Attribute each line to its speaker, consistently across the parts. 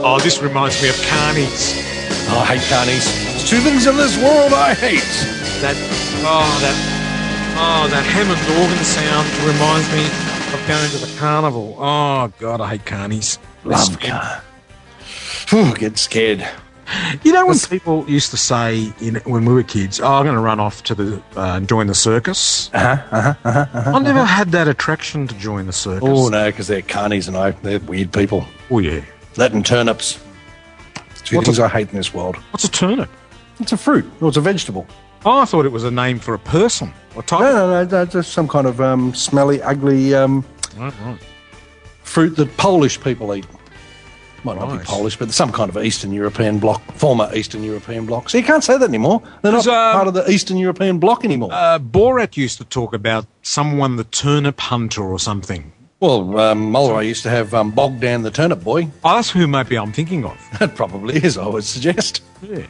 Speaker 1: Oh, this reminds me of Carnies.
Speaker 2: I hate carnies. There's two things in this world I hate.
Speaker 1: That oh that oh that Hammond organ sound reminds me of going to the carnival. Oh God, I hate carnies. It's-
Speaker 2: Love car. Phew, get scared.
Speaker 1: You know when people used to say in, when we were kids, "Oh, I'm going to run off to the uh, join the circus." Uh-huh, uh-huh, I never had that attraction to join the circus.
Speaker 2: Oh no, because they're carnies and I they're weird people.
Speaker 1: Oh, yeah.
Speaker 2: That and turnips. Two
Speaker 1: What's
Speaker 2: things I hate in this world.
Speaker 1: What's a turnip?
Speaker 2: It's a fruit. Or it's a vegetable.
Speaker 1: Oh, I thought it was a name for a person. Or type.
Speaker 2: No, no, no. That's just some kind of um, smelly, ugly um,
Speaker 1: Right, right.
Speaker 2: fruit that Polish people eat. Might not be
Speaker 1: Nice.
Speaker 2: Polish, but some kind of Eastern European bloc, former Eastern European bloc. So you can't say that anymore. They're not
Speaker 1: There's, um,
Speaker 2: part of the Eastern European bloc anymore.
Speaker 1: Uh, Borat used to talk about someone the turnip hunter or something.
Speaker 2: well, um, Mulroy used to have um, Bogdan the Turnip Boy.
Speaker 1: Oh, that's who maybe I'm thinking of.
Speaker 2: That probably is, I would suggest.
Speaker 1: Yeah.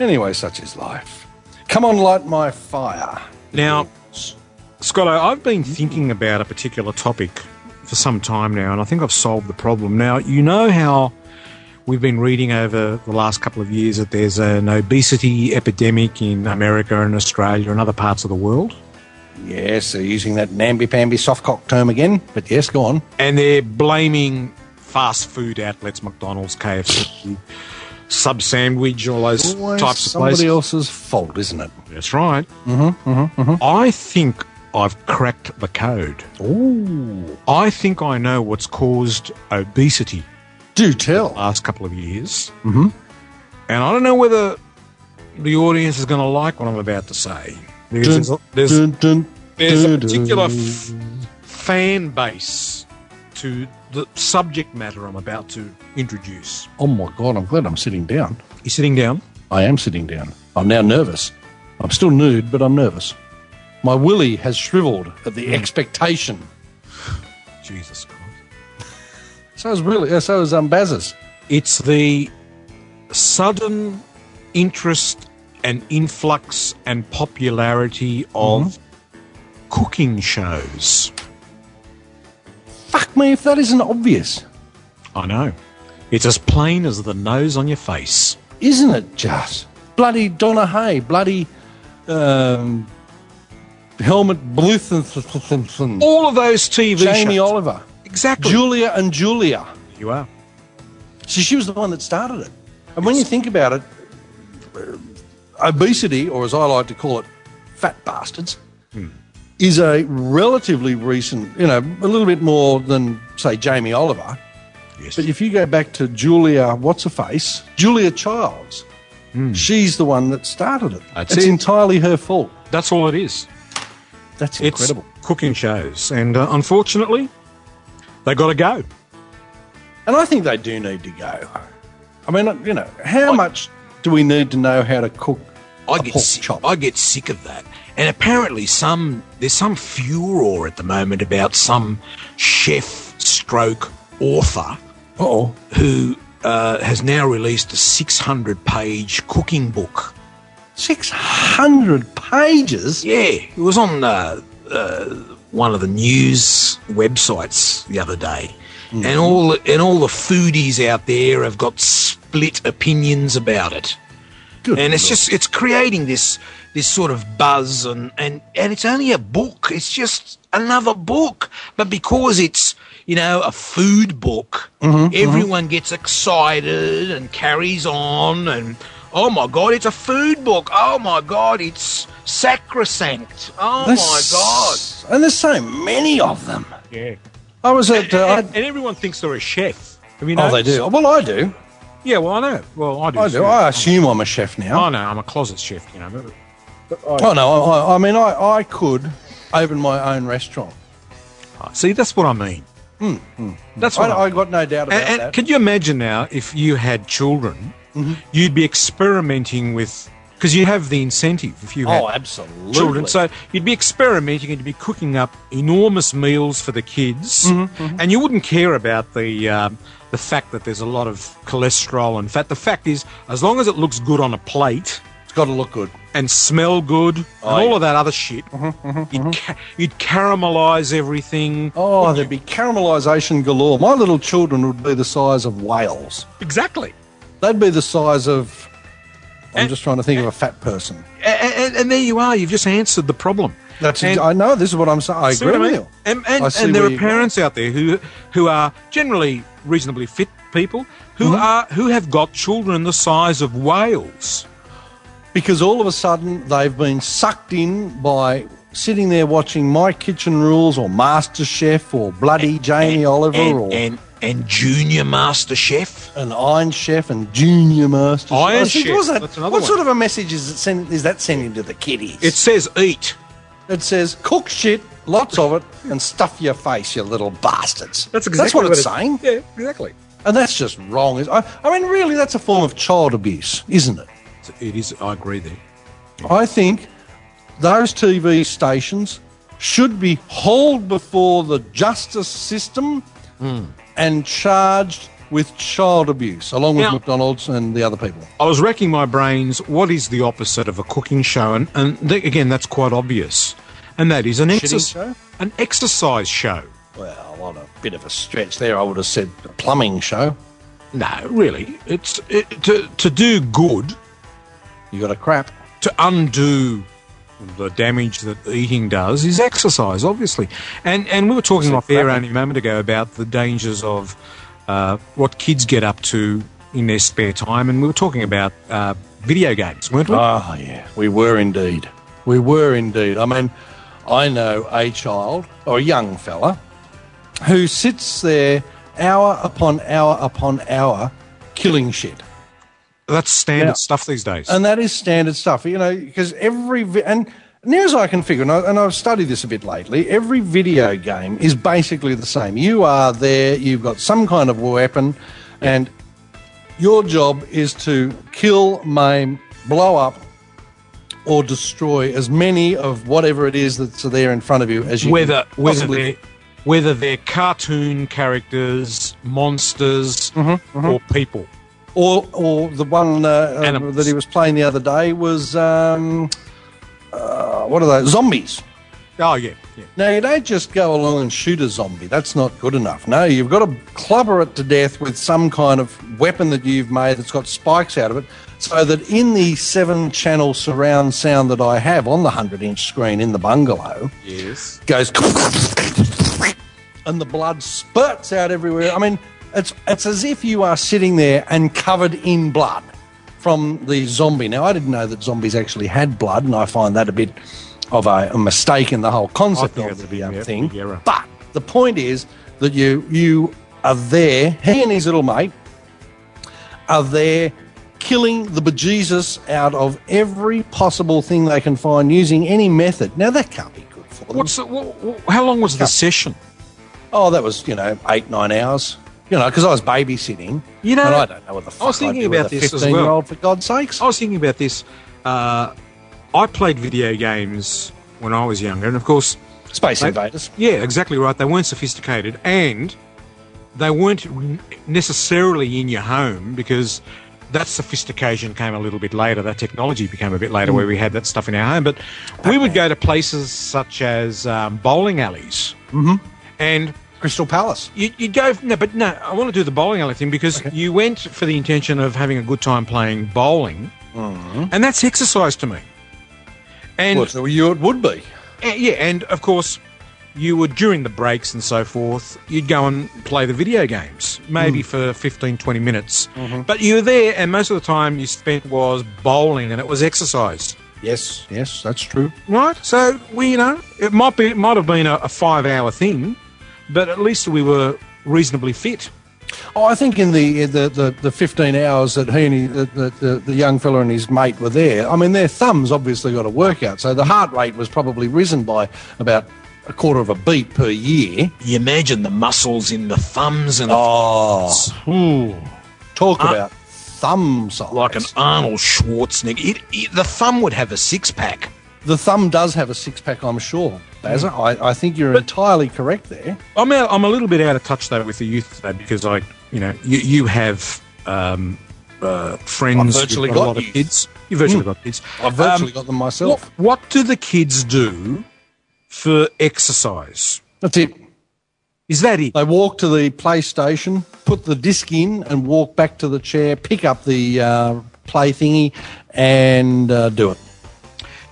Speaker 2: Anyway, such is life. Come on, light my fire.
Speaker 1: Now, S- Scotto, I've been thinking about a particular topic for some time now, and I think I've solved the problem. Now, you know how we've been reading over the last couple of years that there's an obesity epidemic in America and Australia and other parts of the world,
Speaker 2: Yes, they're using that namby-pamby softcock term again, but yes, go on.
Speaker 1: and they're blaming fast food outlets, McDonald's, KFC, Sub Sandwich, all those
Speaker 2: Always
Speaker 1: types of
Speaker 2: somebody
Speaker 1: places.
Speaker 2: else's fault, isn't it?
Speaker 1: That's right. Mm-hmm, I think I've cracked the code.
Speaker 2: Ooh.
Speaker 1: I think I know what's caused obesity
Speaker 2: Do tell.
Speaker 1: last couple of years. Mm-hmm. And I don't know whether the audience is going to like what I'm about to say. Because
Speaker 2: Dun,
Speaker 1: there's, there's,
Speaker 2: dun, dun,
Speaker 1: there's a
Speaker 2: dun,
Speaker 1: particular
Speaker 2: dun.
Speaker 1: f- fan base to the subject matter I'm about to introduce.
Speaker 2: Oh my god, I'm glad I'm sitting down.
Speaker 1: You sitting down?
Speaker 2: I am sitting down. I'm now nervous. I'm still nude, but I'm nervous. My willy has shriveled at
Speaker 1: Hmm.
Speaker 2: the expectation.
Speaker 1: Jesus Christ.
Speaker 2: So is really. uh, So is um, Baz's.
Speaker 1: It's the sudden interest and influx and popularity of
Speaker 2: Mm-hmm.
Speaker 1: cooking shows.
Speaker 2: Fuck me if that isn't obvious,
Speaker 1: I know. It's as plain as the nose on your face.
Speaker 2: isn't it? Just bloody Donna Hay, bloody um, Helmut Bluthenson,
Speaker 1: All of those TV
Speaker 2: Jamie
Speaker 1: shows.
Speaker 2: Oliver,
Speaker 1: exactly.
Speaker 2: Julia and Julia.
Speaker 1: you are.
Speaker 2: So she was the one that started it. And when you think about it, uh, obesity, or as I like to call it, fat bastards, is a relatively recent, you know, a little bit more than, say, Jamie Oliver.
Speaker 1: Yes.
Speaker 2: But if you go back to Julia, what's her face? Julia Childs. She's the one that started it.
Speaker 1: Hmm. That's
Speaker 2: it's
Speaker 1: it.
Speaker 2: entirely her fault.
Speaker 1: That's all it is.
Speaker 2: That's
Speaker 1: It's
Speaker 2: incredible.
Speaker 1: cooking shows. And uh, unfortunately, they got to go.
Speaker 2: And I think they do need to go. I mean, you know, how much do we need to know how to cook
Speaker 1: I
Speaker 2: a
Speaker 1: get
Speaker 2: pork
Speaker 1: sick,
Speaker 2: chop?
Speaker 1: I get sick of that. And apparently, some there's some furor at the moment about some chef stroke author
Speaker 2: oh
Speaker 1: who uh, has now released a 600 page cooking book.
Speaker 2: 600 pages?
Speaker 1: Yeah, it was on uh, uh, one of the news websites the other day,
Speaker 2: Hmm.
Speaker 1: and all and all the foodies out there have got split opinions about it.
Speaker 2: Good
Speaker 1: and it's
Speaker 2: Lord.
Speaker 1: just it's creating this this sort of buzz and and and it's only a book it's just another book but because it's you know a food book
Speaker 2: Mm-hmm,
Speaker 1: everyone gets excited and carries on and oh my god it's a food book oh my god it's sacrosanct oh my god
Speaker 2: There's- And there's so many of them.
Speaker 1: yeah
Speaker 2: I was at. Uh,
Speaker 1: and, and everyone thinks they're a chef have you
Speaker 2: I, oh, they
Speaker 1: noticed?
Speaker 2: do. Well, I do.
Speaker 1: yeah well i know well i do
Speaker 2: I
Speaker 1: too.
Speaker 2: do. I assume I'm a chef
Speaker 1: I
Speaker 2: now.
Speaker 1: know i'm a closet chef you know but-
Speaker 2: Oh, no. I, I- I mean, I, I could open my own restaurant.
Speaker 1: see that's what i mean that's
Speaker 2: I,
Speaker 1: what I,
Speaker 2: I got no doubt about
Speaker 1: And, and
Speaker 2: that.
Speaker 1: could you imagine now if you had children,
Speaker 2: Mm-hmm.
Speaker 1: you'd be experimenting with because you have the incentive if you had
Speaker 2: oh, absolutely.
Speaker 1: children. So you'd be experimenting and you'd be cooking up enormous meals for the kids,
Speaker 2: Mm-hmm,
Speaker 1: and you wouldn't care about the um, the fact that there's a lot of cholesterol and fat. The fact is, as long as it looks good on a plate,
Speaker 2: it's got to look good.
Speaker 3: and smell good
Speaker 2: Oh,
Speaker 3: and all
Speaker 2: yeah. Mm-hmm,
Speaker 3: of that other shit. You'd, ca- you'd caramelize everything.
Speaker 2: Oh, there'd be caramelization galore. My little children would be the size of whales.
Speaker 3: Exactly.
Speaker 2: They'd be the size of. I'm
Speaker 3: And-
Speaker 2: just trying to think of a fat person.
Speaker 3: And, and, and there you are. You've just answered the problem.
Speaker 2: That's.
Speaker 3: And-
Speaker 2: I know this is what I'm saying. I
Speaker 3: See what
Speaker 2: agree with
Speaker 3: mean?
Speaker 2: you.
Speaker 3: And, and,
Speaker 2: I see
Speaker 3: and there
Speaker 2: where
Speaker 3: are
Speaker 2: you go.
Speaker 3: parents out there who who are generally reasonably fit people
Speaker 2: Mm-hmm.
Speaker 3: who are who have got children the size of whales.
Speaker 2: because all of a sudden they've been sucked in by sitting there watching My Kitchen Rules or Master Chef or bloody Jamie Oliver
Speaker 1: and,
Speaker 2: or
Speaker 1: and and Junior Master Chef.
Speaker 2: an Iron Chef and Junior Master.
Speaker 3: Iron
Speaker 2: Chef. Oh, I think-
Speaker 3: Chef,
Speaker 2: what's that-
Speaker 3: that's another
Speaker 2: what
Speaker 3: one.
Speaker 2: sort of a message is it send, is that sending to the kiddies?
Speaker 3: It says eat.
Speaker 2: it says cook shit, lots of it, and stuff your face, you little bastards. that's what, it's saying,
Speaker 3: Yeah, exactly.
Speaker 2: and that's just wrong. I, I mean, really, that's a form of child abuse, isn't it?
Speaker 3: So It is. I agree there.
Speaker 2: I think those TV stations should be hauled before the justice system
Speaker 3: Hmm.
Speaker 2: and charged with child abuse, along with
Speaker 3: Now-
Speaker 2: McDonald's and the other people.
Speaker 3: I was racking my brains. What is the opposite of a cooking show? And, and th- again, that's quite obvious. And that is an exercise
Speaker 2: show?
Speaker 3: an exercise show.
Speaker 2: Well, on a bit of a stretch there, I would have said a plumbing show.
Speaker 3: No, really, it's it, to to do good
Speaker 2: You got a crap.
Speaker 3: to undo the damage that eating does is exercise, obviously. And and we were talking off air only a moment ago about the dangers of uh, what kids get up to in their spare time, and we were talking about uh, video games, weren't we?
Speaker 2: Oh, yeah, we were indeed. We were indeed. I mean, I know a child or a young fella who sits there hour upon hour upon hour killing shit.
Speaker 3: That's standard
Speaker 2: Yeah.
Speaker 3: stuff these days.
Speaker 2: And that is standard stuff, you know, because every vi- and near as I can figure, and, I, and I've studied this a bit lately. Every video game is basically the same. You are there, you've got some kind of weapon, and your job is to kill, maim, blow up, or destroy as many of whatever it is that's there in front of you as you
Speaker 3: whether
Speaker 2: can
Speaker 3: whether
Speaker 2: possibly-
Speaker 3: they're, whether they're cartoon characters, monsters, or people.
Speaker 2: or or the one uh, uh,
Speaker 3: Animals.
Speaker 2: that he was playing the other day was um, uh, what are those zombies.
Speaker 3: Oh yeah, yeah.
Speaker 2: Now, you don't just go along and shoot a zombie. That's not good enough. No, you've got to clubber it to death with some kind of weapon that you've made that's got spikes out of it, so that in the seven channel surround sound that I have on the 100 inch screen in the bungalow
Speaker 3: Yes.
Speaker 2: goes and the blood spurts out everywhere. I mean, it's, it's as if you are sitting there and covered in blood from the zombie. Now, I didn't know that zombies actually had blood, and I find that a bit of a, a mistake in the whole
Speaker 3: I
Speaker 2: concept
Speaker 3: think
Speaker 2: of
Speaker 3: that's a
Speaker 2: the
Speaker 3: big-
Speaker 2: um,
Speaker 3: yeah,
Speaker 2: thing.
Speaker 3: big error.
Speaker 2: But the point is that you you are there. He and his little mate are there killing the bejesus out of every possible thing they can find using any method. Now that can't be good for them.
Speaker 3: What's the, wha wha- how long was the session?
Speaker 2: Oh, that was you know eight nine hours. You know, because I was babysitting.
Speaker 3: You know-
Speaker 2: and I don't know what the fuck I was thinking about this
Speaker 3: as well. Oh,
Speaker 2: year old for God's sakes.
Speaker 3: I was thinking about this. Uh, I played video games when I was younger, and of course,
Speaker 2: Space
Speaker 3: Right.
Speaker 2: Invaders.
Speaker 3: yeah, exactly right. They weren't sophisticated, and they weren't n- necessarily in your home because that sophistication came a little bit later. That technology became a bit later, where we had that stuff in our home. But we would go to places such as um, bowling alleys, mm-hmm. and
Speaker 2: Crystal Palace.
Speaker 3: You, you go no, but no. I want to do the bowling alley thing because you went for the intention of having a good time playing bowling, and that's exercise to me. And
Speaker 2: Well, so you it would be.
Speaker 3: uh, yeah, and of course, you would during the breaks and so forth, you'd go and play the video games, maybe for 15, 20 minutes. But you were there, and most of the time you spent was bowling, and it was exercise.
Speaker 2: Yes, yes, that's true.
Speaker 3: Right. So we, you know, it might be, it might have been a, a five-hour thing, but at least we were reasonably fit.
Speaker 2: Oh, I think in the the, the, the fifteen hours that he and he, the, the, the, the young fella and his mate were there, I mean their thumbs obviously got a workout, so the heart rate was probably risen by about a quarter of a beat per year.
Speaker 1: You imagine the muscles in the thumbs and
Speaker 2: Oh,
Speaker 3: Ooh.
Speaker 2: talk about thumb size.
Speaker 1: like an Arnold Schwarzenegger. It, it, the thumb would have a six pack.
Speaker 2: the thumb does have a six pack, I'm sure. Bazza, I, I think you're entirely correct there.
Speaker 3: I'm out, I'm a little bit out of touch though with the youth today because I, you know, you, you have um, uh, friends
Speaker 2: I've virtually
Speaker 3: who've got,
Speaker 2: got
Speaker 3: Hmm. a lot
Speaker 2: you.
Speaker 3: of kids. You've virtually got kids. Um,
Speaker 2: I've um, virtually got them myself.
Speaker 3: What, what do the kids do for exercise?
Speaker 2: That's it.
Speaker 3: Is that it?
Speaker 2: They walk to the PlayStation, put the disc in, and walk back to the chair, pick up the uh, play thingy, and uh, do it.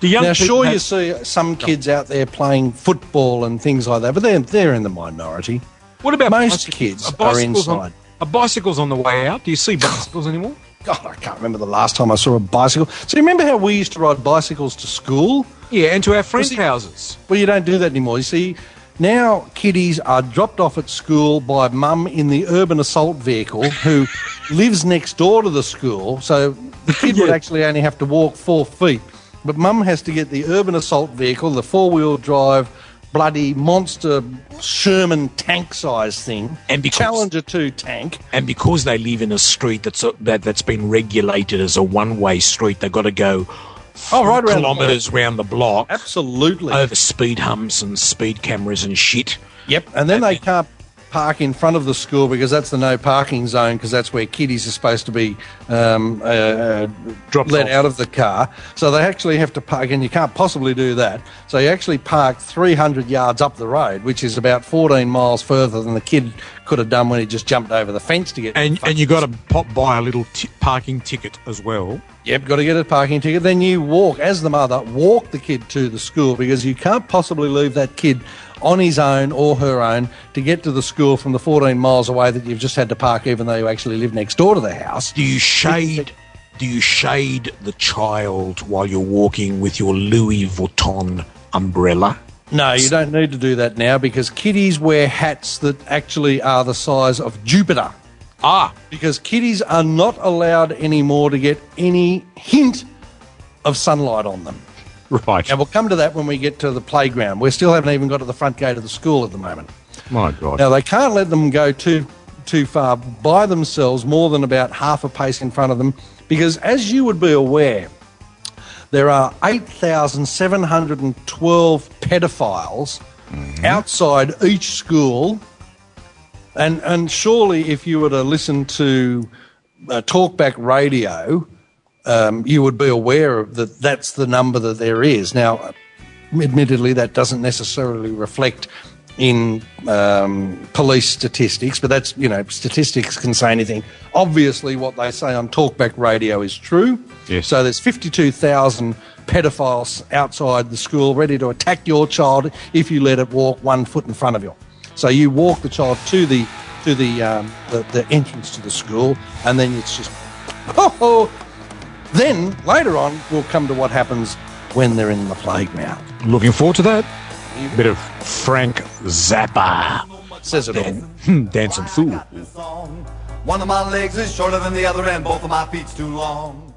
Speaker 3: The young
Speaker 2: Now,
Speaker 3: people
Speaker 2: sure,
Speaker 3: have-
Speaker 2: you see some kids out there playing football and things like that, but they're, they're in the minority.
Speaker 3: What about
Speaker 2: most
Speaker 3: bicycles?
Speaker 2: kids
Speaker 3: Are
Speaker 2: are
Speaker 3: bicycles on-
Speaker 2: inside.
Speaker 3: Are bicycles on the way out? Do you see bicycles anymore?
Speaker 2: God, I can't remember the last time I saw a bicycle. So, you remember how we used to ride bicycles to school?
Speaker 3: Yeah, and to our friends'
Speaker 2: it-
Speaker 3: houses.
Speaker 2: Well, you don't do that anymore. You see, now kiddies are dropped off at school by mum in the urban assault vehicle who lives next door to the school. So the kid would
Speaker 3: Yeah.
Speaker 2: actually only have to walk four feet. But mum has to get the urban assault vehicle, the four wheel drive, bloody monster Sherman tank size thing,
Speaker 1: And because-
Speaker 2: Challenger 2 tank.
Speaker 1: And because they live in a street that's a, that, that's been regulated as a one way street, they've got to go
Speaker 2: Oh, right around the
Speaker 1: kilometres round the block
Speaker 2: Absolutely.
Speaker 1: over speed humps and speed cameras and shit.
Speaker 2: Yep. And then they can't park in front of the school because that's the no parking zone because that's where kiddies are supposed to be um, uh,
Speaker 3: Dropped
Speaker 2: let
Speaker 3: off.
Speaker 2: out of the car. So they actually have to park, and you can't possibly do that. So you actually park 300 yards up the road, which is about 14 miles further than the kid could have done when he just jumped over the fence to get.
Speaker 3: And and you got to pop by a little t- parking ticket as well.
Speaker 2: Yep, got to get a parking ticket. Then you walk, as the mother, walk the kid to the school because you can't possibly leave that kid on his own or her own to get to the school from the 14 miles away that you've just had to park, even though you actually live next door to the house.
Speaker 1: Do you shade? Do you shade the child while you're walking with your Louis Vuitton umbrella?
Speaker 2: No, you don't need to do that now because kiddies wear hats that actually are the size of Jupiter.
Speaker 1: Ah,
Speaker 2: Because kiddies are not allowed anymore to get any hint of sunlight on them.
Speaker 3: Right.
Speaker 2: And we'll come to that when we get to the playground. We still haven't even got to the front gate of the school at the moment.
Speaker 3: My God.
Speaker 2: Now they can't let them go too too far by themselves, more than about half a pace in front of them, because as you would be aware, there are eight thousand seven hundred and twelve pedophiles outside each school, and and surely if you were to listen to uh, talkback radio, um, you would be aware of that. That's the number that there is now admittedly, that doesn't necessarily reflect in um, police statistics, but that's, you know, statistics can say anything. Obviously, what they say on talkback radio is true.
Speaker 3: Yes.
Speaker 2: So there's 52,000 pedophiles outside the school ready to attack your child if you let it walk one foot in front of you. So you walk the child to the to the, um, the the entrance to the school, and then it's just oh. Then later on, we'll come to what happens when they're in the playground.
Speaker 3: Looking forward to that. Bit of Frank Zappa
Speaker 2: Says it all.
Speaker 3: dancing fool.
Speaker 4: One of my legs is shorter than the other, and both of my feet's too long.